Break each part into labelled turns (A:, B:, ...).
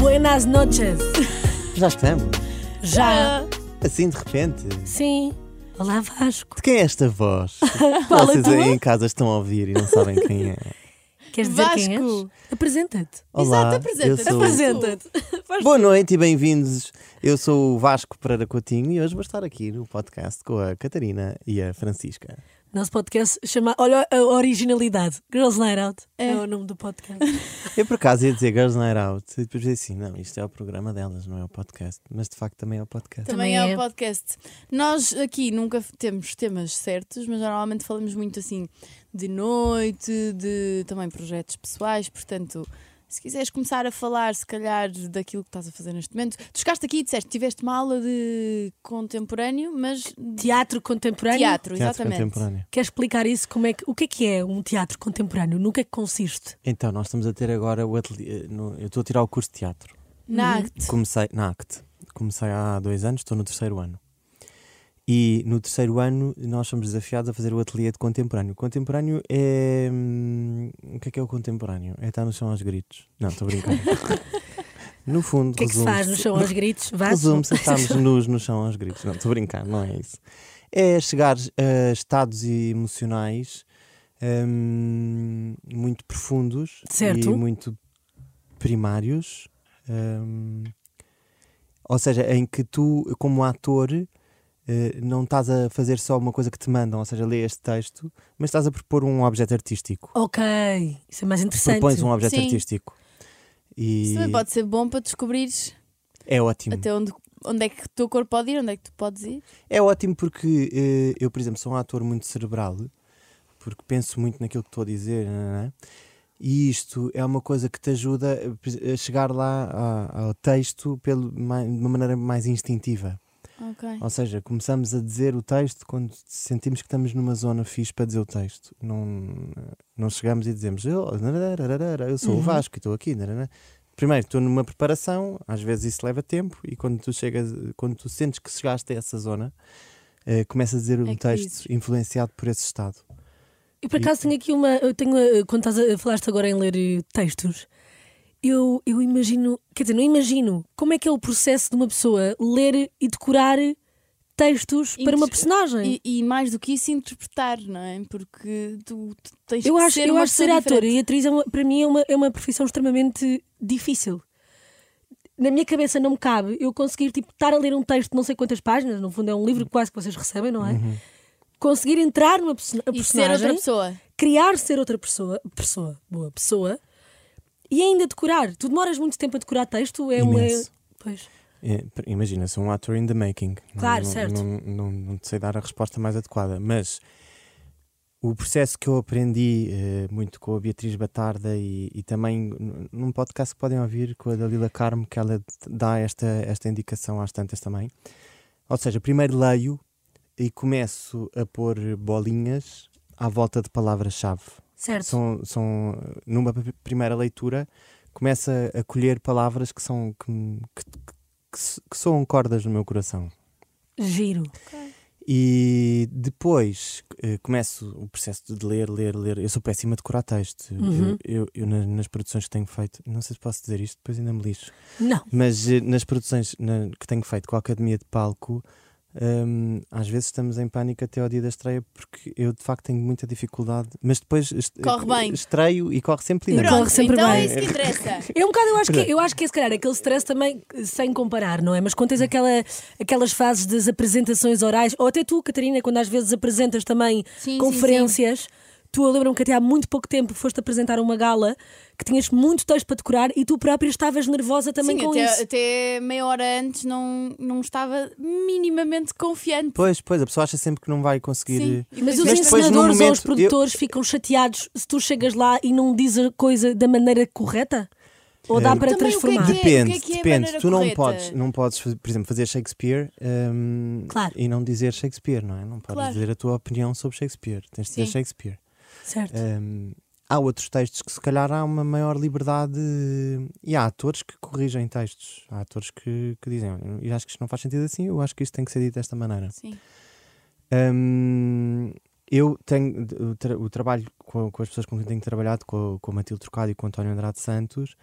A: Buenas noches.
B: Já estamos.
A: Já.
B: Assim de repente. De
A: Sim. Olá, Vasco.
B: quem é esta voz?
A: Qual a
B: Vocês
A: tua?
B: aí em casa estão a ouvir e não sabem quem é.
A: Queres dizer quem és?
C: Vasco.
A: Apresenta-te.
B: Olá,
C: Exato,
B: eu
C: apresenta-te.
B: sou...
A: Apresenta-te.
B: Boa noite e bem-vindos. Eu sou o Vasco Pereira Coutinho e hoje vou estar aqui no podcast com a Catarina e a Francisca.
A: Nosso podcast chama. Olha a originalidade. Girls Night Out é,
C: É.
A: o nome do podcast.
B: Eu por acaso ia dizer Girls Night Out e depois dizia assim, não, isto é o programa delas, não é o podcast. Mas de facto também é o podcast.
C: Também,
A: Também
C: é
A: é.
C: o podcast. Nós aqui nunca f- temos temas certos, mas normalmente falamos muito assim de noite, de também projetos pessoais, portanto. Se quiseres começar a falar, se calhar, daquilo que estás a fazer neste momento, tu chegaste aqui e disseste que tiveste uma aula de contemporâneo, mas de
A: Teatro contemporâneo.
C: teatro,
B: Teatro
C: exatamente.
B: contemporâneo.
A: Quer explicar isso? Como é que, o que é que é um teatro contemporâneo? No que é que consiste?
B: Então, nós estamos a ter agora o ateliê. no- Eu estou a tirar o curso de teatro.
C: Na
A: Uhum.
C: arte.
B: Comecei na ACT. Comecei há dois anos, estou no terceiro ano. E no terceiro ano nós somos desafiados a fazer o ateliê de contemporâneo. Contemporâneo é. hum, O que é que é o contemporâneo? É estar no chão aos gritos. Não, estou a brincar. no fundo,
A: O que é que se faz no
B: resume-se-
A: chão aos gritos? Vasco?
B: Resume-se a estarmos nus no chão aos gritos. Não, estou a brincar, não é isso. É chegar a estados emocionais hum, muito profundos
A: Certo.
B: e muito primários. hum, ou seja, em que tu, como ator, eh, não estás a fazer só uma coisa que te mandam, ou seja, lê este texto, mas estás a propor um objeto artístico.
A: Ok. Isso é mais interessante.
B: Propões um objeto
C: Sim.
B: artístico. E
C: Isso também pode ser bom para descobrires
B: é ótimo.
C: até onde, onde é que o teu corpo pode ir, onde é que tu podes ir.
B: É ótimo porque eh, eu, por exemplo, sou um ator muito cerebral, porque penso muito naquilo que estou a dizer, nananã. é? e isto é uma coisa que te ajuda eh, por exe- a chegar lá a- ao texto pelo, ma- de uma maneira mais instintiva.
C: Ok.
B: Ou seja, começamos a dizer o texto quando sentimos que estamos numa zona fixe para dizer o texto. Não, não chegamos e dizemos eu, nararararara, eu sou
C: Uhum.
B: o Vasco e estou aqui. narará." Primeiro, estou numa preparação, às vezes isso leva tempo, e quando tu, chegas, quando tu sentes que chegaste a essa zona, eh, começas a dizer um
C: É que
B: texto
C: dizes.
B: influenciado por esse estado.
A: Eu por acaso tenho aqui uma. Eu tenho, eh, quando estás a, falaste agora em ler eh, textos, eu, eu imagino. Quer dizer, não imagino como é que é o processo de uma pessoa ler e decorar textos para uma
C: Inter-
A: personagem.
C: E, e mais do que isso, interpretar, não é? Porque tu, tu tens
A: eu
C: que
A: acho,
C: ser
A: eu
C: uma
A: acho que ser
C: pessoa
A: ator
C: diferente.
A: e atriz é uma- para mim é uma, é uma profissão extremamente difícil. Na minha cabeça não me cabe eu conseguir tipo, estar a ler um texto de não sei quantas páginas, no fundo é um livro que quase que vocês recebem, não é? Conseguir entrar numa perso-
C: E ser
A: personagem
C: outra pessoa.
A: criar ser outra pessoa, pessoa, boa pessoa, e ainda decorar. Tu demoras muito tempo a decorar texto, é uma.
B: Imenso.
A: Pois.
B: É, pr- Imagina, sou um actor in the making. Não-
A: Claro,
B: não,
A: certo.
B: Não, não, não te sei dar a resposta mais adequada, mas o processo que eu aprendi eh, muito com a Beatriz Batarda e, e também n- num podcast que podem ouvir com a Dalila Carmo, que ela d- dá esta, esta indicação às tantas também. Ou seja, primeiro leio e começo a pôr bolinhas à volta de palavras-chave
A: Certo.
B: são, são numa p- primeira leitura começa a colher palavras que são que, me- que, que, so- que soam cordas no meu coração
A: Giro.
B: e depois eh, começo o processo de ler, ler, ler. Eu sou péssimo a decorar texto. Eu-
A: Uhum.
B: Eu, eu nas, nas produções que tenho feito, não sei se posso dizer isto, depois ainda me lixo.
A: Não.
B: Mas eh, nas produções na- que tenho feito com a Academia de Palco, hum, às vezes estamos em pânico até ao dia da estreia porque eu de facto tenho muita dificuldade. Mas depois est-
C: Corre bem.
B: estreio e corre sempre lindo.
A: corre
C: Pronto,
A: sempre
C: então
A: bem.
C: é isso que interessa.
A: É um bocado, eu acho que, eu acho que é se calhar aquele stress também, eh, sem comparar, não é? Mas quando tens aquela, aquelas fases das apresentações orais, ou até tu, Catarina, quando às vezes apresentas também
C: Sim, sim,
A: conferências, tu eu lembro-me que até há muito pouco tempo foste apresentar uma gala que tinhas muito texto para decorar e tu própria estavas nervosa também
C: Sim,
A: com
C: até,
A: isso.
C: até meia hora antes não, não estava minimamente confiante.
B: Pois, pois, a pessoa acha sempre que não vai conseguir.
C: Sim. E
A: Mas os
C: depois-
B: Mas depois, no
A: ensinadores ou os
B: momento,
A: produtores ficam chateados se tu chegas lá e não dizes a coisa da maneira correta? Ou dá
B: Eh,
A: para
C: Também o que é
A: transformar?
C: que é?
B: Depende,
C: que é a
B: depende.
C: maneira
B: Tu não
C: correta?
B: podes, não podes, faz- por exemplo, fazer Shakespeare hum,
A: Claro.
B: e não dizer Shakespeare, não é? Não podes
C: Claro.
B: dizer a tua opinião sobre Shakespeare. Tens de dizer
C: Sim.
B: Shakespeare.
A: Certo.
B: Hum, há outros textos que se calhar há uma maior liberdade eh, e há atores que corrigem textos. Há atores que, que dizem, "Olha, eu acho que isto não faz sentido assim, eu acho que isto tem que ser dito desta maneira.
C: Sim. É
B: Hum, eu tenho o, tra- o trabalho com, com as pessoas com quem tenho trabalhado, com, com a Matilde Trocado e com o António Andrade Santos.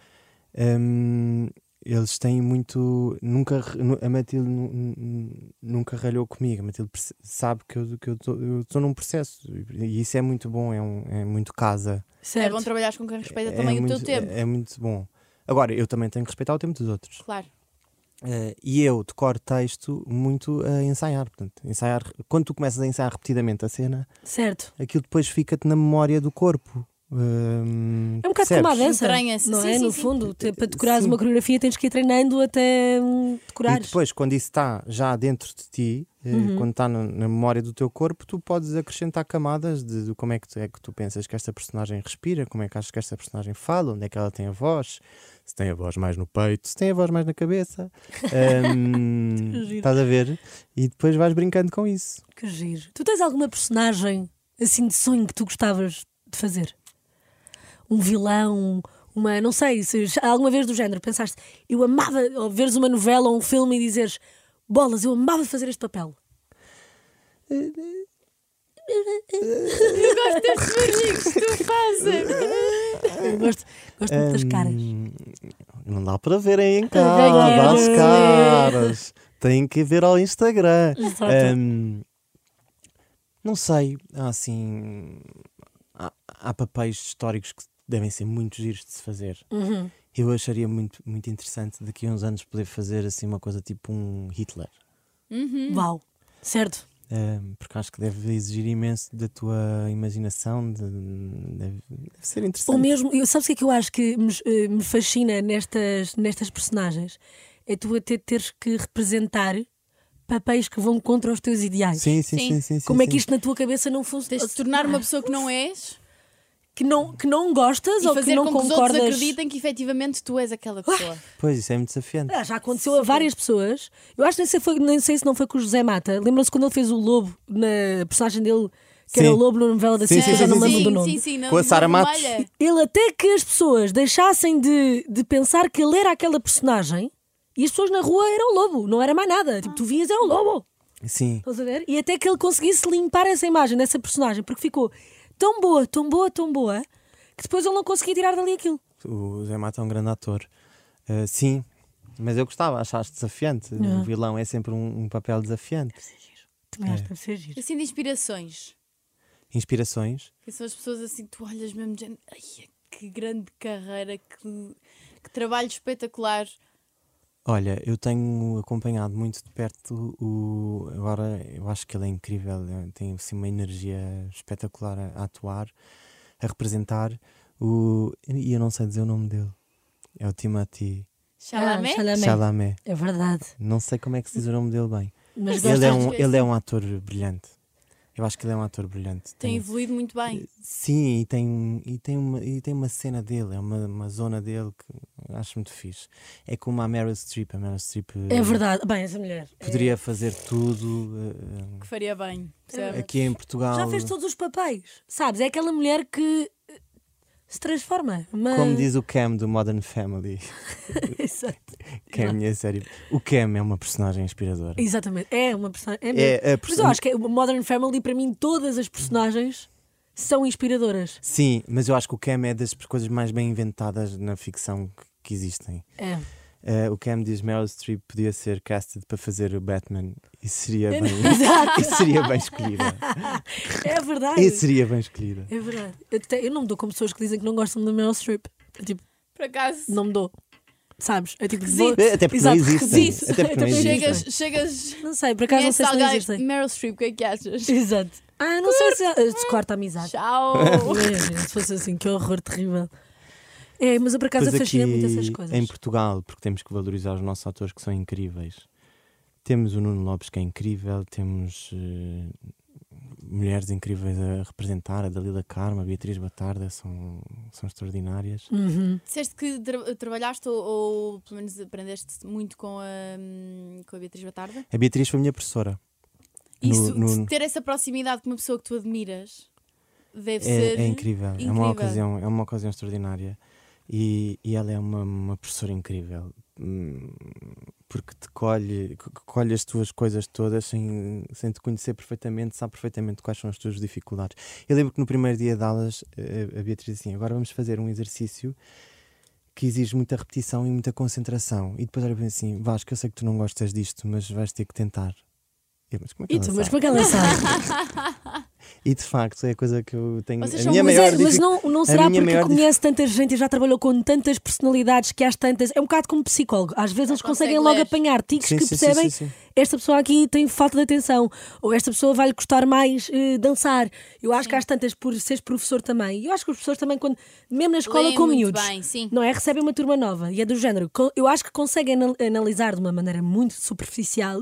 B: hum, eles têm muito. Nunca, nu- a Matilde nu- nu- nunca ralhou comigo. A Matilde perce- sabe que eu que estou num processo e isso é muito bom, é, um- é muito casa.
C: É
A: Certo.
C: bom trabalhares com quem respeita
B: É
C: também o
B: muito,
C: teu tempo.
B: É, é muito bom. Agora, eu também tenho que respeitar o tempo dos outros.
C: Claro.
B: Eh, e eu decoro texto muito a ensaiar. Portanto, ensaiar. Quando tu começas a ensaiar repetidamente a cena,
A: certo.
B: aquilo depois fica-te na memória do corpo. Hum,
A: É um bocado como a
B: percebes?
A: dança,
C: Entranha-se.
A: não
C: Sim,
A: é?
C: sim,
A: no
C: sim.
A: fundo, te- para decorares
B: Sim.
A: uma coreografia tens que ir treinando até hum,
B: E
A: decorares.
B: depois, quando isso está já dentro de ti, eh,
A: Uhum.
B: quando está na, na memória do teu corpo, tu podes acrescentar camadas de, de como é que, tu, é que tu pensas que esta personagem respira, como é que achas que esta personagem fala, onde é que ela tem a voz, se tem a voz mais no peito, se tem a voz mais na cabeça. Ahm,
A: Giro.
B: estás a ver? E depois vais brincando com isso.
A: Que giro. Tu tens alguma personagem assim de sonho que tu gostavas de fazer? Um vilão, uma, não sei, se já- alguma vez do género pensaste, eu amava ou veres uma novela ou um filme e dizeres, bolas, eu amava fazer este papel.
C: Tu fazes.
A: Eu gosto, gosto muito das
B: Ahm,
A: caras.
B: Hum, Não dá para ver aí em
A: Ai,
B: casa,
A: quero
B: as
A: ver.
B: caras. Tem que ver ao Instagram.
A: Exato.
B: Ahm, não sei, há assim. Há, há papéis históricos que devem ser muito giros de se fazer.
A: Uhum.
B: Eu acharia muito, muito interessante daqui a uns anos poder fazer assim uma coisa tipo um Hitler.
C: Hum.
A: Uau. Certo.
B: Ahm, porque acho que deve exigir imenso da tua imaginação. de- deve, deve ser
A: Ou
B: interessante.
A: mesmo, eu, sabes o que é que eu acho que me, eh, me fascina nestas, nestas personagens? É tu até teres que representar papéis que vão contra os teus ideais.
B: Sim, sim,
C: Sim.
B: sim, sim, sim,
A: Como é que
B: sim.
A: isto na tua cabeça não funciona?
C: Tens de tornar uma pessoa que não és
A: que não, que não gostas
C: e
A: ou que
C: fazer
A: não
C: com que os outros
A: concordas.
C: acreditem que efetivamente tu és aquela pessoa.
B: Pois, isso é muito desafiante.
A: Ah, já aconteceu a várias pessoas. Eu acho que nem sei, foi- nem sei se não foi com o José Mata. Lembram-se quando ele fez o Lobo, na a personagem dele, que era
B: Sim.
A: o Lobo na novela da
B: Sim,
A: Cintia,
B: sim,
A: já
B: sim,
A: não me
B: sim,
A: lembro do
C: sim,
A: nome.
C: sim, sim, não-
B: Com a Sara
C: não
B: Matos.
C: olha.
A: Ele até que as pessoas deixassem de, de pensar que ele era aquela personagem e as pessoas na rua eram o lobo, não era mais nada. Tipo, tu vinhas, era o lobo.
B: Sim.
A: Estás a ver? E até que ele conseguisse limpar essa imagem dessa personagem, porque ficou tão boa, tão boa, tão boa, que depois ele não conseguia tirar dali aquilo.
B: O Zé Mata é um grande ator. Uh, sim, mas eu gostava, achaste desafiante.
C: Uhum.
B: O vilão é sempre um, um papel desafiante.
A: Também acho que deve ser giro.
C: Assim de inspirações.
B: Inspirações.
C: Que são as pessoas assim, que tu olhas mesmo de género, ai, é que grande carreira, que, que trabalho espetacular.
B: Olha, eu tenho acompanhado muito de perto o. Agora, eu acho que ele é incrível, eh, tem assim, uma energia espetacular a, a atuar, a representar. O... E eu não sei dizer o nome dele. É o Timothy
C: É. Chalamet?
A: Ah, Chalamet.
B: Chalamet.
A: É verdade.
B: Não sei como é que se diz o nome dele bem.
A: Mas
C: Gostas
B: Ele é, um,
C: de ver
B: ele é um ator brilhante. Eu acho que ele é um ator brilhante.
C: Tem
B: Tenho-
C: evoluído muito bem.
B: Sim, e tem, um- e, tem uma, e tem uma cena dele, é uma, uma zona dele que acho muito fixe. É como a Meryl Streep. A Meryl Streep eh,
A: É verdade. Bem, essa mulher. é-
B: poderia fazer tudo. eh,
C: Que faria bem.
B: eh,
C: percebe?
B: Aqui em Portugal,
A: Já fez todos os papéis. Sabes? É aquela mulher que eh, se transforma. Mas...
B: como diz o Cam do Modern Family,
A: Exato.
B: que é a minha série. O Cam é uma personagem inspiradora.
A: Exatamente. É uma personagem. É mesmo.
B: É a
A: Mas
B: person-
A: eu acho que o Modern Family, para mim, todas as personagens são inspiradoras.
B: Sim, mas eu acho que o Cam é das coisas mais bem inventadas na ficção que- que existem.
A: É.
B: Eh, o Cam diz Meryl Streep podia ser casted para fazer o Batman e seria bem, e seria bem escolhida.
A: É verdade.
B: E seria bem escolhida.
A: É verdade. Eu, te- eu não me dou com pessoas que dizem que não gostam da Meryl Streep. Eu, tipo,
C: Por acaso,
A: não me dou. Sabes? É tipo,
C: Requisito.
A: vou-
B: Até porque
A: Exato,
B: não existem.
A: requisito.
B: Até porque não
A: Também
B: existem.
C: chegas. chegas
A: é Não sei, por acaso não
C: conheces
A: sei se não
C: alguém-
A: existem.
C: Meryl Streep, o que é que achas?
A: Exato. Ah, não sei se. Ah, se Corta a amizade.
C: Tchau!
A: Imagina, se fosse assim, que horror terrível. É, mas eu por acaso
B: Depois
A: fascina muito essas
B: aqui é
A: coisas.
B: Em Portugal, porque temos que valorizar os nossos atores que são incríveis. Temos o Nuno Lopes, que é incrível, temos eh, mulheres incríveis a representar, a Dalila Carma, a Beatriz Batarda, são, são extraordinárias.
A: Uhum.
C: Disseste que tra- trabalhaste ou, ou pelo menos aprendeste muito com a, hum, com a Beatriz Batarda?
B: A Beatriz foi minha professora. No-
C: Isso, de
B: no-
C: ter essa proximidade com uma pessoa que tu admiras, deve ser.
B: É, é incrível, é
C: incrível.
B: uma ocasião, é uma ocasião extraordinária. E, e ela é uma, uma professora incrível. Hum, Porque te colhe, co- colhe as tuas coisas todas sem, sem te conhecer perfeitamente, sabe perfeitamente quais são as tuas dificuldades. eh, Eu lembro que no primeiro dia de aulas eh, a Beatriz disse assim: agora vamos fazer um exercício que exige muita repetição e muita concentração. E depois olha para mim assim, Vasco, eu sei que tu não gostas disto, mas vais ter que tentar. Eu, mas como é que
A: E
B: ela
A: tu,
B: sabe?
A: mas como é que ela sabe?
B: E de facto é a coisa que eu tenho.
C: Vocês
B: a
C: são
B: minha
C: muito-
A: Mas,
B: maior
A: é- mas
B: dificu-
A: não, não
B: a
A: será
B: minha
A: porque
B: maior
A: conhece tanta gente e já trabalhou com tantas personalidades que às tantas. É um bocado como psicólogo. Às vezes eles conseguem
C: consegue
A: logo
C: ler.
A: apanhar tiques
B: Sim,
A: que
B: sim, sim,
A: percebem
B: sim, sim.
A: esta pessoa aqui tem falta de atenção ou esta pessoa vai-lhe custar mais eh, dançar. Eu acho que às tantas, por seres professor também, eu acho que os professores também, quando, mesmo na escola
C: Leem
A: com
C: muito
A: miúdos,
C: bem, sim.
A: não é? Recebem uma turma nova e é do género. co- Eu acho que conseguem anal- analisar de uma maneira muito superficial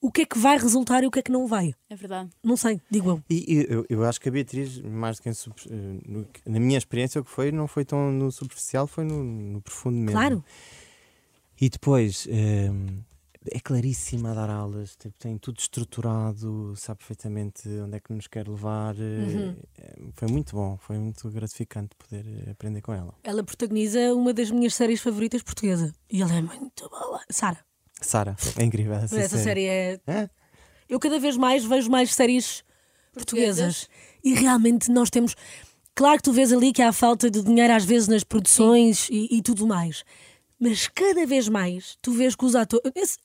A: o que é que vai resultar e o que é que não vai.
C: É verdade.
A: Não sei, digo eu.
B: E e eu, eu acho que a Beatriz, mais do que em sub- eh, no- na minha experiência, o que foi não foi tão no superficial, foi no, no profundo mesmo.
A: Claro.
B: E depois hum, é claríssima a dar aulas, tipo, tem tudo estruturado, sabe perfeitamente onde é que nos quer levar.
A: Uhum.
B: eh, Foi muito bom, foi muito gratificante poder eh, aprender com ela.
A: Ela protagoniza uma das minhas séries favoritas portuguesa. E ela é muito boa. Sara,
B: Sara, é incrível essa,
A: essa série é.
B: Hã?
A: Eu cada vez mais vejo mais séries portuguesas.
C: Portuguesas.
A: E realmente nós temos. Claro que tu vês ali que há falta de dinheiro às vezes nas produções e, e tudo mais. Mas cada vez mais tu vês que os atores.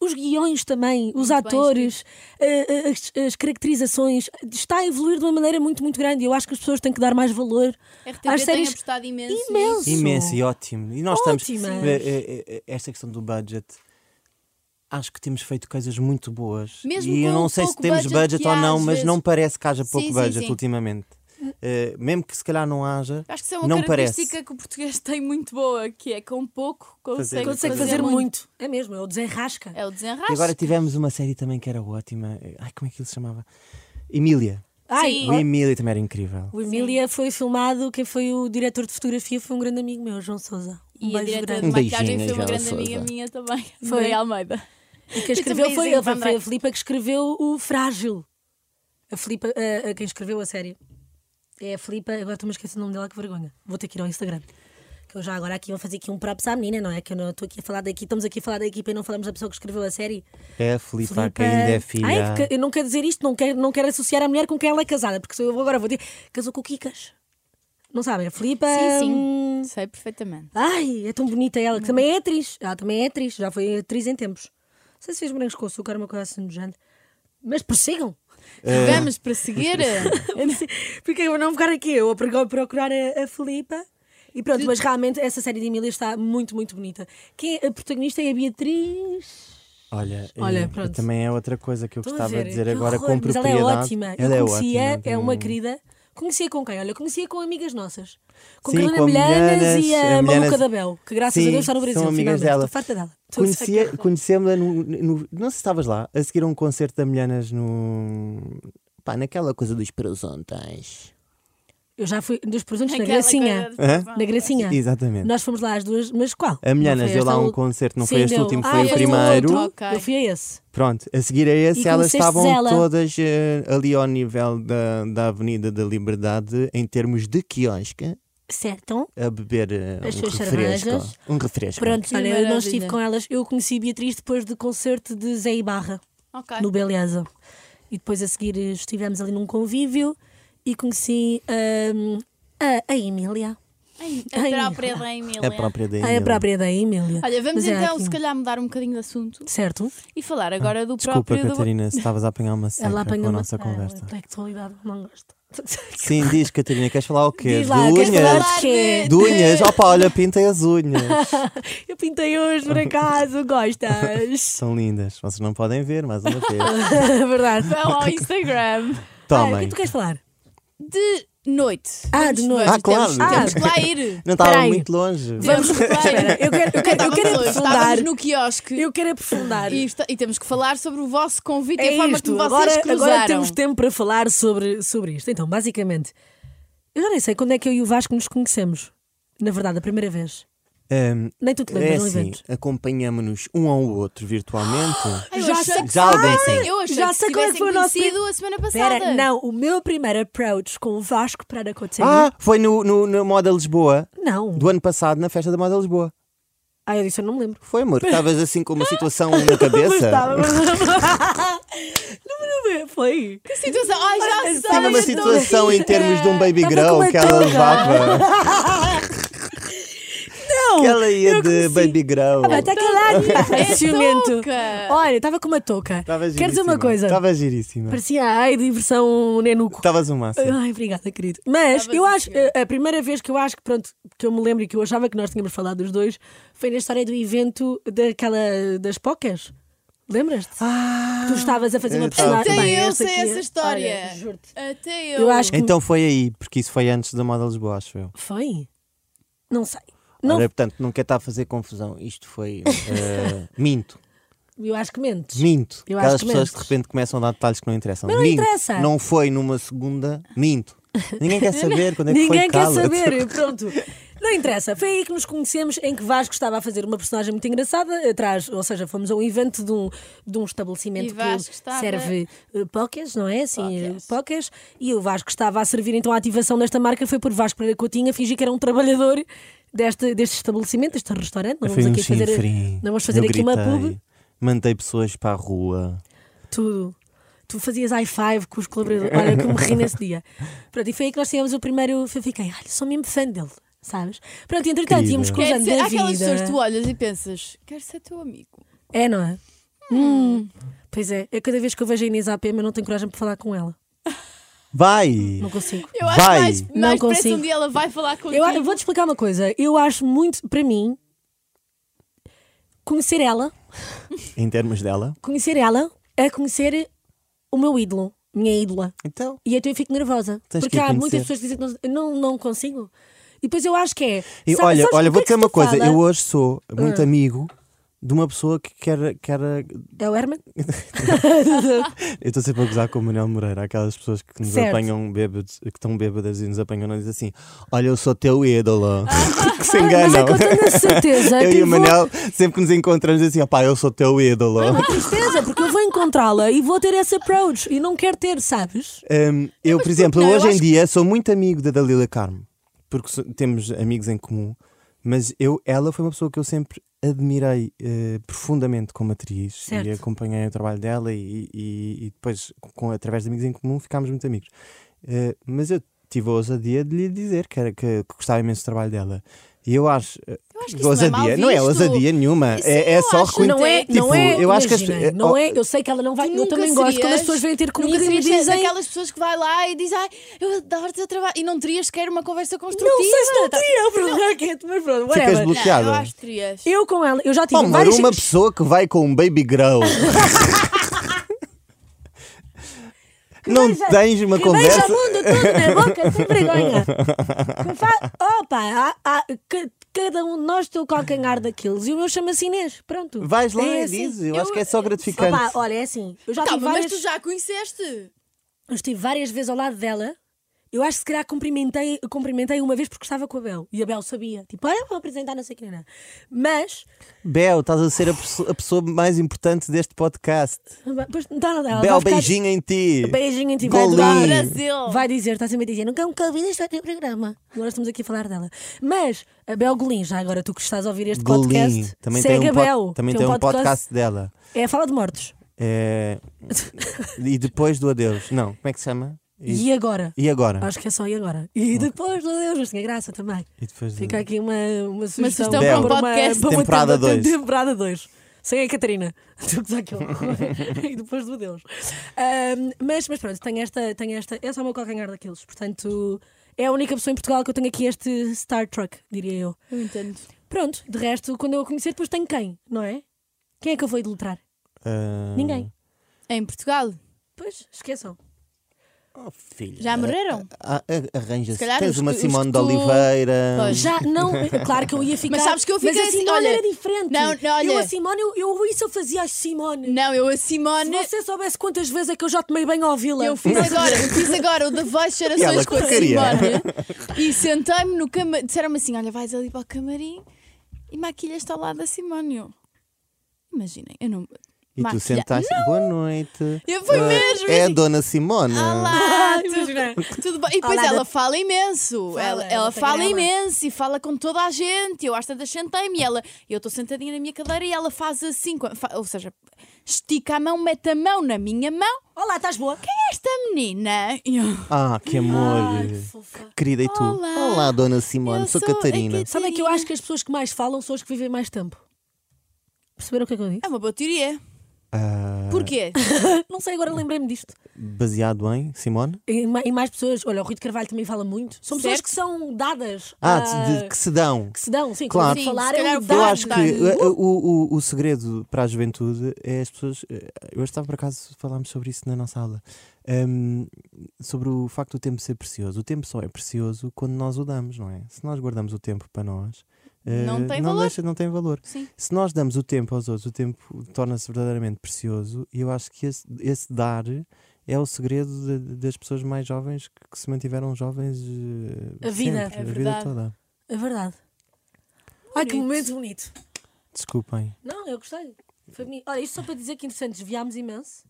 A: Os guiões também, os
C: bem
A: atores, eh, eh, as, as caracterizações, está a evoluir de uma maneira muito, muito grande. Eu acho que as pessoas têm que dar mais valor
C: RTP
A: às
C: tem
A: séries.
C: apostado imenso. nisso.
A: Imenso.
B: Imenso e ótimo. E nós estamos.
A: Ótimas.
B: eh, eh, eh, Esta questão do budget. Acho que temos feito coisas muito boas.
C: Mesmo
B: e eu
C: com
B: não
C: o
B: sei se
C: pouco
B: temos
C: budget que
B: ou
C: há,
B: não,
C: às
B: mas
C: vezes.
B: não parece que haja
C: Sim,
B: pouco
C: sim,
B: budget
C: sim.
B: ultimamente. Eh, mesmo que se calhar não haja,
C: Acho que isso é uma
B: não
C: característica
B: parece.
C: que o português tem muito boa, que é com pouco consegue,
A: Consegue fazer muito. É mesmo, é o desenrasca.
C: É o
B: E
C: desenrasque.
B: agora tivemos uma série também que era ótima. Ai, como é que ele se chamava? Emília.
A: Ai,
C: Sim.
B: O Emília também era incrível.
A: O Emília foi filmado, quem foi o diretor de fotografia foi um grande amigo meu, João Souza. Um
C: E a
A: beijo grande.
C: diretora de
B: Um
C: maquiagem
B: beijinho,
C: foi uma
B: Isabel
C: grande
B: Sousa.
C: amiga minha também.
A: Foi.
C: Foi Almeida.
A: E quem escreveu
C: também
A: foi, foi,
C: dizem que
A: foi a
C: André-
A: Filipa que escreveu o Frágil. A Filipa, a, a quem escreveu a série. É a Filipa, agora estou-me a esquecer o nome dela, que vergonha. Vou ter que ir ao Instagram. Que eu já agora aqui vou fazer aqui um props à menina, não é? Que eu não estou aqui a falar da equipe, estamos aqui a falar da equipe e não falamos da pessoa que escreveu a série.
B: É a Filipa,
A: Filipa-
B: que ainda é
A: Ai,
B: filha.
A: porque eu não quero dizer isto, não quero, não quero associar a mulher com quem ela é casada, porque se eu agora vou dizer casou com o Kikas. Não sabem? A Filipa.
C: Sim,
A: hum,
C: sim. Sei perfeitamente.
A: Ai, é tão bonita ela, que também é atriz. Ela também é atriz, já foi atriz em tempos. Não sei se fez morangos com açúcar, uma coisa assim do género. Mas prossigam.
B: Eh,
C: Vamos prosseguir.
A: Eu não sei, Porque eu não ficar aqui, eu a pro- procurar a, a Filipa. E pronto, mas realmente essa série de Emília está muito, muito bonita. Quem é a protagonista é a Beatriz.
B: Olha,
A: Olha,
B: eh,
A: pronto.
B: também é outra coisa que eu
A: Estou
B: gostava
A: ver,
B: de dizer
A: que
B: agora
A: horror.
B: com
A: Mas ela
B: propriedade.
A: é ótima.
B: Ela
A: eu conhecia,
B: é
A: é,
B: ótima.
A: uma
B: tem-
A: querida. Conhecia com quem? Olha, conhecia com amigas nossas. Com
B: Sim,
A: Carolina
B: com a
A: Milhanas, e
B: Milhanas,
A: a,
B: a Milhanas-
A: Maluca da Bel, que graças
B: Sim,
A: a Deus está no
B: são
A: Brasil.
B: amigas
A: finalmente.
B: dela.
A: Estou farta dela. Estou
B: Conhecia-
A: farta.
B: Conhecemos-la no, no- Não sei se estavas lá, a seguir a um concerto da Milhanas no. Pá, naquela coisa dos presuntas.
A: Eu já fui dos presuntos na
C: Aquela
A: Gracinha.
C: coisa de-
B: Hã?
A: Na Gracinha.
B: Exatamente.
A: Nós fomos lá às duas, mas qual?
B: A Milhanas
A: Não foi
B: deu lá
A: esta
B: um
A: ul-
B: concerto, não
A: Sim,
B: foi este
A: deu.
B: último,
A: Ah,
B: foi o
A: este
B: primeiro.
A: outro.
C: Ok.
A: Eu fui a esse.
B: Pronto, a seguir a esse,
A: E
B: elas
A: conheceste
B: estavam
A: ela?
B: todas eh, ali ao nível da, da Avenida da Liberdade, em termos de quiosque,
A: Certo?
B: a beber eh,
A: As
B: um
A: suas
B: refresco.
A: cervejas.
B: Um refresco.
A: Pronto,
C: Que
A: olha, eu não
C: maravilha.
A: estive com elas. Eu conheci Beatriz depois do concerto de Zé Ibarra.
C: Ok.
A: no Beleza. E depois a seguir eh, estivemos ali num convívio e conheci hum, a, a Emília.
C: Ai,
A: Ai.
C: A própria da Emília.
B: A própria da
A: é A
B: Emília.
A: própria da Emília.
C: Olha, vamos
A: Mas é
C: então,
A: ótimo.
C: se calhar, mudar um bocadinho de assunto
A: Certo?
C: e falar agora do
B: Ah, Desculpa,
C: próprio. do-
B: Catarina, se estavas a apanhar uma seca
A: Ela
B: é com
A: apanhou
B: a
A: uma
B: nossa
A: Ah,
B: conversa.
A: intelectualidade, não gosto.
B: Sim, diz, Catarina, queres falar o quê?
A: Diz lá,
B: de
A: queres
B: unhas?
A: falar? de-
B: De unhas? Opa, olha, pintei as unhas.
A: Eu pintei hoje, por acaso, gostas?
B: São lindas. Vocês não podem ver, mais uma vez.
A: É Verdade.
C: Vão ao Instagram.
A: Ah, o que é
B: Tomem.
A: que tu queres falar?
C: De noite.
A: Ah,
C: Vamos-
A: de noite.
C: vamos-
B: Ah, claro.
C: Temos, temos que lá ir.
B: Não estava
A: Peraí.
B: muito longe.
C: Vamos
A: Espera,
C: recuperar.
A: eu quero, eu quero, eu quero aprofundar.
C: Estávamos no quiosque
A: Eu quero aprofundar.
C: e, esta- e temos que falar sobre o vosso convite e
A: é
C: a forma
A: isto.
C: como vocês
A: agora,
C: cruzaram.
A: agora temos tempo para falar sobre, sobre isto. Então, basicamente, eu já nem sei quando é que eu e o Vasco nos conhecemos. Na verdade, a primeira vez.
B: Ahm,
A: Nem tu te lembras, um
B: é
A: não
B: assim,
A: inventes.
B: acompanhamos-nos um ao outro virtualmente.
C: Ai, eu
A: Já
C: achei
A: sei- Ah,
C: que-
B: Já alguém sim.
C: Eu achei
A: Já
C: que
A: sei
C: se
A: qual é que
C: tivessem
A: foi o nosso
C: conhecido a semana passada.
A: Espera, não, o meu primeiro approach com o Vasco para a Coutinho.
B: Ah, foi no, no, na Moda Lisboa
A: não.
B: do ano passado, na festa da Moda Lisboa.
A: Ah, eu disse, eu não me lembro.
B: Foi, amor, estavas assim com uma situação na cabeça.
A: Estava. não me lembro. Foi.
C: Que situação? Ai, já
A: Tinha
C: sei.
B: Tinha uma
A: Estava-
B: situação em termos de um baby
A: Estava com
B: girl
A: uma
B: que ela
A: touca.
B: levava.
A: não!
B: Aquela ia
A: Eu
B: de
A: comecei-
B: Baby Grow.
A: Ah, vai, até aquela
C: É
A: é ciumento.
C: touca.
A: Olha, estava com uma touca.
B: Tava
A: Quer dizer uma
B: giríssima,
A: coisa.
B: Tava giríssima.
A: Parecia a Heidi versão Nenuco.
B: Estavas um máximo.
A: Ai, obrigada, querido. Mas
C: Estavas
A: eu
C: a
A: acho,
C: chegar.
A: a, a primeira vez que eu acho que, pronto, que eu me lembro e que eu achava que nós tínhamos falado dos dois foi na história do evento daquela das pocas. Lembras-te?
B: Ah,
A: Tu estavas a fazer uma
B: Eu estava-
A: personagem.
C: Até
A: Bem,
C: eu
A: esta
C: sei
A: aqui- é-
C: essa história.
A: Olha, juro-te.
C: Até eu.
A: Eu acho que
B: Então foi aí, porque isso foi antes da Moda Lisboa, acho eu.
A: foi. Não sei. Não,
B: Ora, portanto, não quer estar a fazer confusão. Isto foi. eh, minto.
A: eu acho que mentes.
B: Minto.
A: Eu acho
B: Aquelas
A: que
B: pessoas que de
A: mentes.
B: repente começam a dar detalhes que não interessam.
A: Mas não
B: minto.
A: interessa.
B: Não foi numa segunda. Minto. Ninguém quer saber quando é que
A: Ninguém
B: foi
A: quer
B: cala-te.
A: saber, pronto. Não interessa. Foi aí que nos conhecemos, em que Vasco estava a fazer uma personagem muito engraçada atrás, ou seja, fomos a um evento de um, de um
C: E
A: estabelecimento que
C: Vasco estava-
A: serve eh, pocas, não é? Assim, eh,
C: Pocas.
A: pocas. E o Vasco estava a servir, então a ativação desta marca foi por Vasco Pereira Coutinho a fingir que era um trabalhador deste, deste estabelecimento, deste restaurante. Não
B: Foi
A: vamos aqui
B: um
A: fazer,
B: chinfrim.
A: não vamos fazer
B: Eu
A: aqui uma
B: gritei.
A: pub.
B: Mandei pessoas para a rua.
A: Tudo. Tu fazias high five com os colaboradores. Olha, que eu me ri nesse dia. Pronto, e foi aí que nós tivemos o primeiro. Eu fiquei, olha, sou mesmo fã dele, sabes? Pronto, e entretanto
B: Querida.
A: íamos
C: Quer
A: cruzando
C: ser,
A: da
C: há É, aquelas pessoas
A: vida.
C: que tu olhas e pensas, quero ser teu amigo.
A: É, não é? Hum. Pois é, eu cada vez que eu vejo a Inês à PM, eu não tenho coragem para falar com ela.
B: Vai!
A: Não consigo.
C: Eu acho
B: Vai.
C: mais,
A: Não
C: mais depressa
A: consigo.
C: um dia ela vai falar contigo.
A: Eu, vou te explicar uma coisa. Eu acho muito, para mim, conhecer ela,
B: Em termos dela.
A: conhecer ela é conhecer o meu ídolo, minha ídola.
B: Então.
A: E então eu fico nervosa.
B: Tens
A: porque
B: que ir
A: há muitas
B: conhecer.
A: pessoas que dizem que não, não, não consigo. E depois eu acho que é.
B: E
A: sabe-
B: olha,
A: sabes o
B: olha
A: que
B: vou
A: é que
B: dizer uma
A: se Ah.
B: coisa.
A: fala?
B: Eu hoje sou muito amigo de uma pessoa que quer. quer
A: É o Herman?
B: eu estou sempre a gozar com o Manuel Moreira, aquelas pessoas que nos
A: Certo.
B: apanham bêbados, que estão bêbadas e nos apanham e dizem assim: Olha, eu sou teu ídolo. que se
A: Mas é
B: enganam.
A: que eu Tipo- tenho a certeza
B: Eu
A: que
B: e o
A: vou...
B: Manel, sempre que nos encontramos, dizem assim: opá, eu sou teu ídolo.
A: Uma tristeza, porque eu vou encontrá-la e vou ter esse approach. E não quero ter, sabes?
B: Hum, eu, por exemplo,
C: não, eu
B: hoje em
C: acho que-
B: dia sou muito amigo da Dalila Carmo, porque so- temos amigos em comum, mas eu, ela foi uma pessoa que eu sempre admirei eh, profundamente como atriz
A: Certo.
B: e acompanhei o trabalho dela e, e- e depois, com, através de amigos em comum, ficámos muito amigos. Eh, mas eu tive a ousadia de lhe dizer que, era, que, que gostava imenso do trabalho dela. E eu acho. eh,
C: acho que isso não é mal
B: ousadia, não é
C: visto.
B: ousadia nenhuma.
C: Isso
B: é,
C: eu
B: é só
C: acho. Quando-
A: não é,
B: tipo,
A: não é.
B: eu acho que as-
A: imagina,
B: eh,
A: não
B: oh,
A: é. Eu sei que ela não vai.
C: Tu
A: Eu
C: nunca
A: também gosto quando as
C: serias-
A: pessoas vêm ter comigo
C: nunca
A: e me
C: serias
A: dizem.
C: Aquelas pessoas que vai lá e diz, ai, eu adoro o teu trabalho. E não terias sequer uma conversa construtiva.
A: Não sei se não
C: Tá-
A: teria, Bruno, é, mas pronto,
B: Ficas
A: whatever.
B: bloqueada.
C: Não, eu acho que terias.
A: Eu com ela, eu já tive
B: Oh, amor,
A: várias
B: uma pessoa que vai com um baby grow. não
A: beija-
B: tens uma
A: que beija o
B: conversa.
A: mundo todo na boca, sem vergonha. Que fa- Opa, há- há- ca- cada um de nós tem o calcanhar daqueles. E o meu chama-se Inês. Pronto.
B: Vais lá
A: É
B: e
A: assim.
B: dizes. Eu,
C: Eu-
B: acho que é só gratificante.
A: Opa, olha, é assim. Eu já
C: Calma,
A: tive
C: mas
A: várias,
C: tu já a conheceste.
A: eu estive várias vezes ao lado dela. Eu acho que se calhar cumprimentei, cumprimentei uma vez porque estava com a Bel. E a Bel sabia. Tipo, olha, vou apresentar, não sei quem era. Mas.
B: Bel, estás a ser a, perso- a pessoa mais importante deste podcast.
A: Pois, não, não, ela
B: Bel,
A: vai ficar-
B: beijinho em ti.
A: Beijinho em ti, vai
B: Golinho.
A: adorar.
C: Brasil.
A: Vai dizer, está sempre a dizer, nunca, nunca ouvi este teu programa. Agora estamos aqui a falar dela. Mas a Bel Golin, já agora tu que estás a ouvir este
B: Golinho.
A: podcast,
B: Também
A: segue
B: tem um,
A: a
B: pod-
A: Bel.
B: também tem um podcast, dela.
A: É a fala de mortos.
B: É, e depois do adeus. Não, como é que se chama? E,
A: E, agora?
B: e agora?
A: Acho que é só e agora. E depois, meu Deus, mas tinha graça também.
B: E depois do-
A: Fica aqui uma, uma sugestão,
C: sugestão
B: para um
C: podcast.
A: uma
B: Temporada
A: tenda-
B: dois.
A: Temporada 2. Sem a Catarina. Estou a gozar que horror. e depois do Deus. Ahm, mas, mas pronto, tenho esta, tenho esta. Esse é o meu calcanhar daqueles. Portanto, é a única pessoa em Portugal que eu tenho aqui este Star Trek, diria eu.
C: Eu entendo.
A: Pronto, de resto, quando eu a conhecer, depois tenho quem, não é? Quem é que eu vou idolatrar?
B: Ah,
A: Ninguém.
C: Em Portugal?
A: Pois, esqueçam.
B: oh, filha.
C: Já morreram?
B: Ah, ah, Arranja-se.
C: Se calhar
B: Tens
C: os
B: uma
C: que- os
B: Simone de
C: que tu-
B: Oliveira.
C: Pois.
A: Já não, claro que eu ia ficar.
C: Mas sabes que eu fiquei
A: mas a
C: assim,
A: Simone
C: olha-
A: era diferente.
C: Não, não, olha-
A: Eu a Simone, eu, eu isso eu fazia a Simone.
C: Não, eu a
A: Se
C: Simone.
A: você soubesse quantas vezes é que eu já tomei bem ao vila.
C: Né? Eu fiz agora, eu fiz agora o The Voice
B: E ela
C: Gerações
B: que
C: com a
B: porcaria.
C: Simone e sentei-me no camarim. Disseram-me assim: olha, vais ali para o camarim e maquilhas-te ao lado da Simone. Eu, Imaginem, eu não.
B: E tu
C: Maquilha-
B: sentaste, boa noite.
C: Eu fui
B: Ah,
C: mesmo,
B: É a
C: assim.
B: Dona Simona.
C: Olá,
A: Ah, imagina.
C: tudo, tudo bem. E depois
A: Olá,
C: ela
A: da-
C: fala imenso.
A: Fala,
C: ela
A: ela
C: ela
A: tem
C: fala
A: ela.
C: imenso e fala com toda a gente. Eu às tantas sentei-me e ela, eu estou sentadinha na minha cadeira e ela faz assim, com- fa- ou seja, estica a mão, mete a mão na minha mão.
A: Olá, estás boa?
C: Quem é esta menina? E eu,
B: Ah, que amor.
A: Ai, que fofa.
B: Querida, e tu?
C: Olá.
B: Dona Simone,
C: Eu
B: sou,
C: sou a
B: Catarina.
C: Cat-
A: Sabem que eu acho que as pessoas que mais falam são as que vivem mais tempo. Perceberam o que é que eu disse?
C: É uma boa teoria.
B: Ah,
A: É.
C: Porquê?
A: Não sei, agora lembrei-me disto.
B: baseado em Simone?
A: E, ma- e mais pessoas, olha, o Rui de Carvalho também fala muito. São pessoas
C: Certo.
A: que são dadas.
B: Ah,
A: a-
B: de- de que se dão.
A: que se dão, sim,
B: Claro.
A: claro.
C: Sim,
A: falar
C: se
A: é
C: calhar
A: um
C: vou
A: dado.
B: Eu acho que
C: Dá-lhe, Uh!
B: eh, o, o, o segredo para a juventude é as pessoas. eh, Eu estava por acaso falámos sobre isso na nossa aula. Ahm, sobre o facto do tempo ser precioso. O tempo só é precioso quando nós o damos, não é? Se nós guardamos o tempo para nós, eh,
C: Não tem
B: não,
C: valor.
B: Deixa, não tem valor.
C: Sim.
B: Se nós damos o tempo aos outros, o tempo torna-se verdadeiramente precioso e eu acho que esse, esse dar é o segredo de- das pessoas mais jovens que, que se mantiveram jovens eh,
A: A vida.
B: sempre,
C: É
B: a vida
C: verdade.
B: toda.
A: É verdade. Ai, que
C: Bonito.
A: momento bonito.
B: Desculpem.
A: Não, eu gostei. Foi bonito. Olha, isto só para dizer que interessante, desviámos imenso.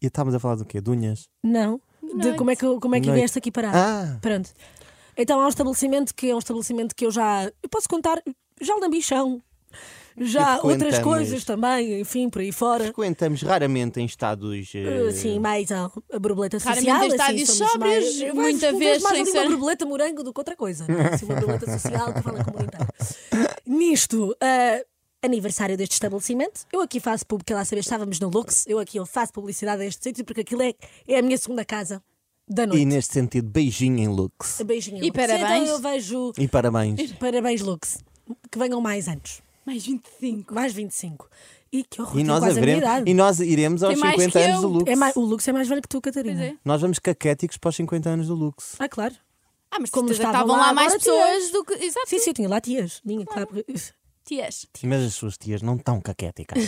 B: E estávamos a falar do quê? Dunhas?
A: Não. De
C: Noite.
A: como é que, eu- como é que eu
B: Noite.
A: vieste aqui parar?
B: Ah!
A: Pronto. Então há um estabelecimento que é um estabelecimento que eu já. Eu posso contar, já o lambichão. Já outras
B: Frequentamos.
A: coisas também, enfim, por aí fora.
B: Frequentamos raramente em estados. eh,
A: Uh, Sim, mais a, a borboleta
C: Raramente
A: social.
C: em estádios
A: assim, somos mais-
C: sóbrios,
A: Eu
C: muita
A: vejo-
C: vez
A: vejo mais
C: sem
A: ali
C: ser-
A: uma borboleta morango do que outra coisa. não é? Assim, uma borboleta social que fala comunitário. Nisto, ah, aniversário deste estabelecimento. Eu aqui faço público, lá saber, estávamos no Lux. Eu aqui eu faço publicidade a este sítio porque aquilo é, é a minha segunda casa da
B: E
A: noite.
B: neste sentido, beijinho em Lux.
A: Beijinho.
C: E
A: Lux.
C: parabéns.
A: Então eu vejo.
B: E parabéns.
A: Parabéns, Lux. Que venham mais anos.
C: Mais 25.
A: Mais 25. E que horror,
B: E
A: tenho
B: nós,
A: quase a minha
B: haveremos-
A: idade.
B: e nós iremos aos
C: Tem mais
B: 50
C: que
B: anos do
C: eu.
B: Lux.
A: É mais- o Lux é mais velho que tu, Catarina.
C: Pois é.
B: Nós vamos caquéticos para os 50 anos do Lux.
A: Ah, claro.
C: Ah, mas
A: Como
C: como
A: estavam
C: estavam
A: lá
C: lá mais
A: agora,
C: pessoas do que. Exato.
A: Sim, sim, eu tinha lá tias. Tinha, claro. porque-
C: Tias.
B: Mas as suas tias não estão caquéticas.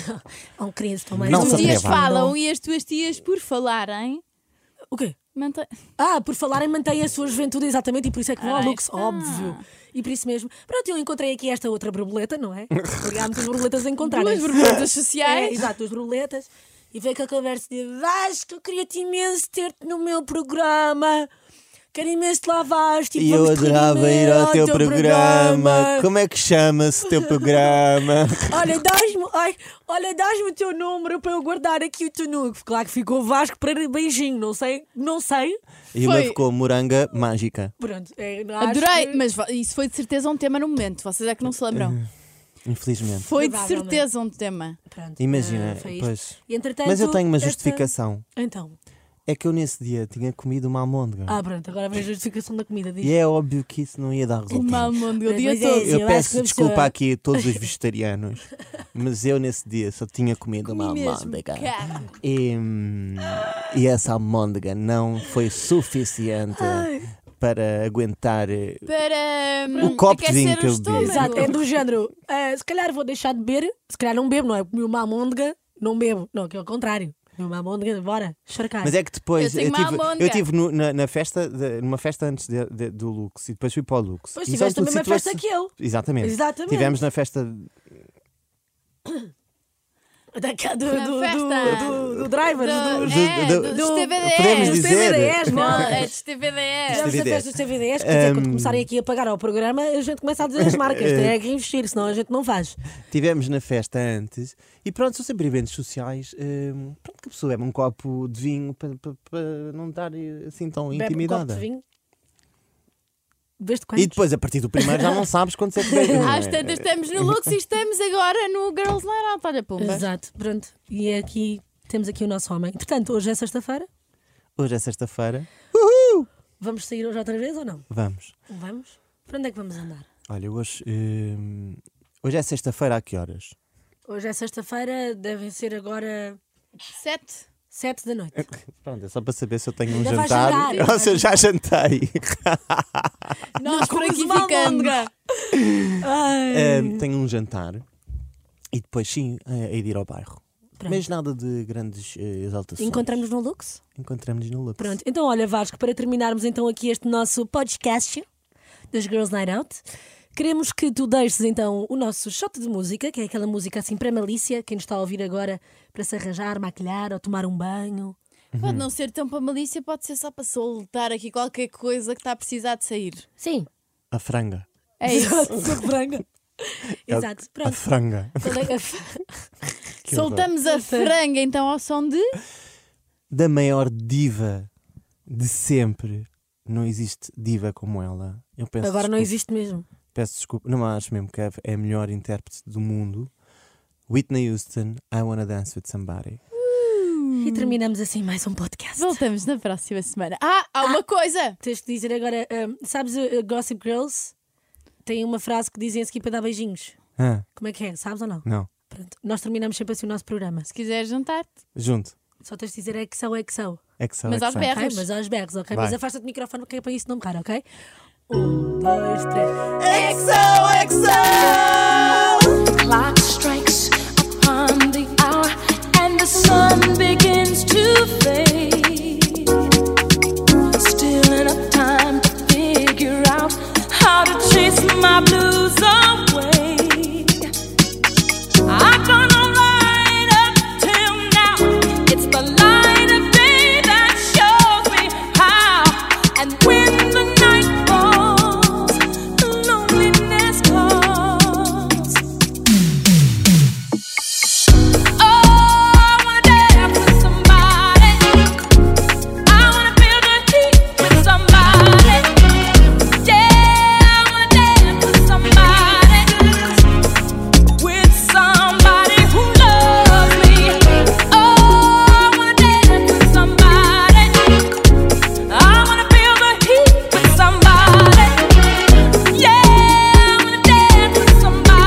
A: Há um querido também.
B: Não
C: Os
B: se
C: tias
B: atreva.
C: falam e as tuas tias, por falarem,
A: O quê?
C: mantém.
A: Ah, por falarem, mantém a sua juventude, exatamente, e por isso é que vão ao
C: Ah,
A: Lux,
C: está.
A: óbvio. E por isso mesmo. Pronto, eu encontrei aqui esta outra borboleta, não é? Porque há muitas borboletas a encontrar.
C: Duas borboletas sociais.
A: É, exato, duas borboletas. E veio com a conversa de Vasco, eu queria-te imenso ter-te no meu programa. Quero imenso te lá vais. Tipo,
B: E eu
A: vamos te
B: adorava ir
A: reunir
B: ao teu programa. Como é que chama-se o teu programa?
A: Olha, dás-me ai, olha, dás o teu número para eu guardar aqui o teu número. Claro que ficou Vasco para beijinho, não sei, não sei.
B: E o meu
C: Foi.
B: ficou moranga mágica.
A: Pronto, é, acho
C: Adorei,
A: que-
C: mas vo- isso foi de certeza um tema no momento, vocês é que não se lembram.
B: Infelizmente.
C: Foi de
A: Provavelmente.
C: certeza um tema.
A: Pronto,
B: Imagina,
A: ah, foi isto.
B: pois.
A: E, entretanto,
B: Mas eu tenho uma
A: esta-
B: justificação.
A: Então,
B: É que eu nesse dia tinha comido uma amôndega.
A: ah, pronto, agora vem a justificação da comida. Diz.
B: E é óbvio que isso não ia dar resultado.
C: Uma amôndega o
A: Mas
C: dia
A: é isso.
C: todo.
A: Eu
B: Eu,
A: acho que
B: peço
A: a
B: desculpa
A: pessoa-
B: aqui a todos os vegetarianos, mas eu nesse dia só tinha comido uma
C: Comi mesmo,
B: amôndega.
C: cara.
B: E, hum, e essa amôndega não foi suficiente para aguentar. eh,
C: Para
B: O
C: hum,
B: copo de vinho
C: aquecer
B: que eu
C: o
B: bebi.
C: estômago.
A: Exato, é do género. ah, se calhar vou deixar de beber, se calhar não bebo, não é? Comi uma amôndega, não bebo. Não, que é o contrário. Comi uma amôndega, bora, charcar.
B: Mas é que depois
C: Eu tenho
B: eu
C: uma
B: tive,
C: amôndega.
B: eu tive no- na, na festa, de- numa festa antes de- de- do Lux e depois fui para o Lux.
A: Pois
B: E
A: tiveste
B: só
A: a
B: tu
A: mesma festa
B: situaste-
A: que eu.
B: Exatamente.
A: Exatamente.
B: Tivemos na festa
A: Da, do,
C: Na
A: do,
C: festa.
A: do, do, do drivers,
C: Do-
A: dos-
C: é,
B: do-
C: do-
B: do-
C: dos TVDs.
B: podemos
A: dos
B: dizer-
A: TVDs,
C: Não,
A: não.
C: é dos TVDs.
A: Tivemos a
B: TVDs.
A: festa dos TVDs, quer dizer, quando
B: Hum.
A: começarem aqui a pagar ao programa, a gente começa a dizer as marcas,
B: É.
A: tem é que investir, senão a gente não faz.
B: Tivemos na festa antes e pronto, são sempre eventos sociais. hum, pronto, que a pessoa bebe um copo de vinho para, para- para não dar eh, assim tão
A: Bebe um copo
B: intimidada.
A: de vinho. Veste quantos?
B: e depois, a partir do primeiro, já não sabes quantos é que bebe. não é?
C: Às tantas estamos no Lux e estamos agora no Girls Night Out. Olha, pumba.
A: Exato, pronto. E é aqui temos aqui o nosso homem. Portanto, hoje é sexta-feira.
B: Hoje é sexta-feira,
A: Vamos sair hoje outra vez ou não?
B: vamos.
A: Vamos? Para onde é que vamos andar?
B: Olha, hoje, hum, hoje é sexta-feira, a que horas?
A: Hoje é sexta-feira, devem ser agora
C: Sete.
A: sete da noite.
B: Pronto, é só para saber se eu tenho um
A: Ainda vais
B: jantar
A: jantar.
B: ou se eu já jantei.
C: Nós por aqui
A: uma
C: ficamos.
A: almôndega. é Ai.
B: Hum, tenho um jantar e depois, sim, é, é de ir ao bairro.
A: Pronto.
B: Mas nada de grandes eh, exaltações.
A: Encontramos no Lux?
B: Encontramos no Lux.
A: Pronto, então olha Vasco, para terminarmos então aqui este nosso podcast das Girls Night Out, Queremos que tu deixes então o nosso shot de música, que é aquela música assim para malícia, quem nos está a ouvir agora para se arranjar, maquilhar ou tomar um banho.
B: Uhum.
C: Pode não ser tão para malícia, pode ser só para soltar aqui qualquer coisa que está a precisar de sair.
A: Sim.
B: A franga.
C: É isso.
A: Franga.
B: É o-
A: Exato,
B: A
A: pronto.
B: franga.
A: Qual é a f-
B: Que horror.
C: Soltamos a franga então ao som de.
B: Da maior diva de sempre. Não existe diva como ela. Eu peço
A: Agora não
B: desculpa.
A: existe mesmo.
B: Peço desculpa, não acho mesmo que é a melhor intérprete do mundo. Whitney Houston, I Wanna Dance with Somebody.
A: E terminamos assim mais um podcast.
C: Voltamos na próxima semana. Ah, há uma coisa!
A: Tens que dizer agora, hum, sabes a, a Gossip Girls? Tem uma frase que dizem a seguir para dar beijinhos.
B: Ah,
A: Como é que é? Sabes ou não?
B: não.
A: Pronto. Nós terminamos sempre assim o nosso programa.
C: Se quiseres jantar-te,
B: Junto.
A: Só tens de dizer é que são, é que é são.
B: Excel,
C: Mas aos
B: Excel.
A: Ok,
C: berros.
A: mas aos berros, ok?
B: Vai.
A: Mas afasta-te do microfone, que é para isso não me cara, ok? Um, dois, três.
D: clock strikes upon the hour and the sun begins to fade. Still enough time to figure out how to chase my blues away. I've gone all right up till now. It's the light of day that shows me how. And when the night falls, loneliness calls. I wanna dance with somebody. I wanna feel the heat with somebody. Yeah, I wanna dance with somebody, with somebody who loves me. Oh, I wanna dance with somebody. I wanna feel the heat with somebody. Yeah, I wanna dance with somebody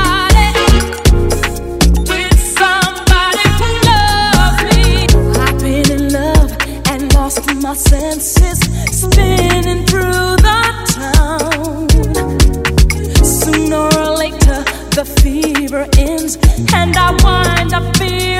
D: with somebody who loves me. I've been in love and lost my senses, spinning through the town. Sooner or later, the fever ends, and I wind up feeling. Oh, Oh, oh. Uh-huh.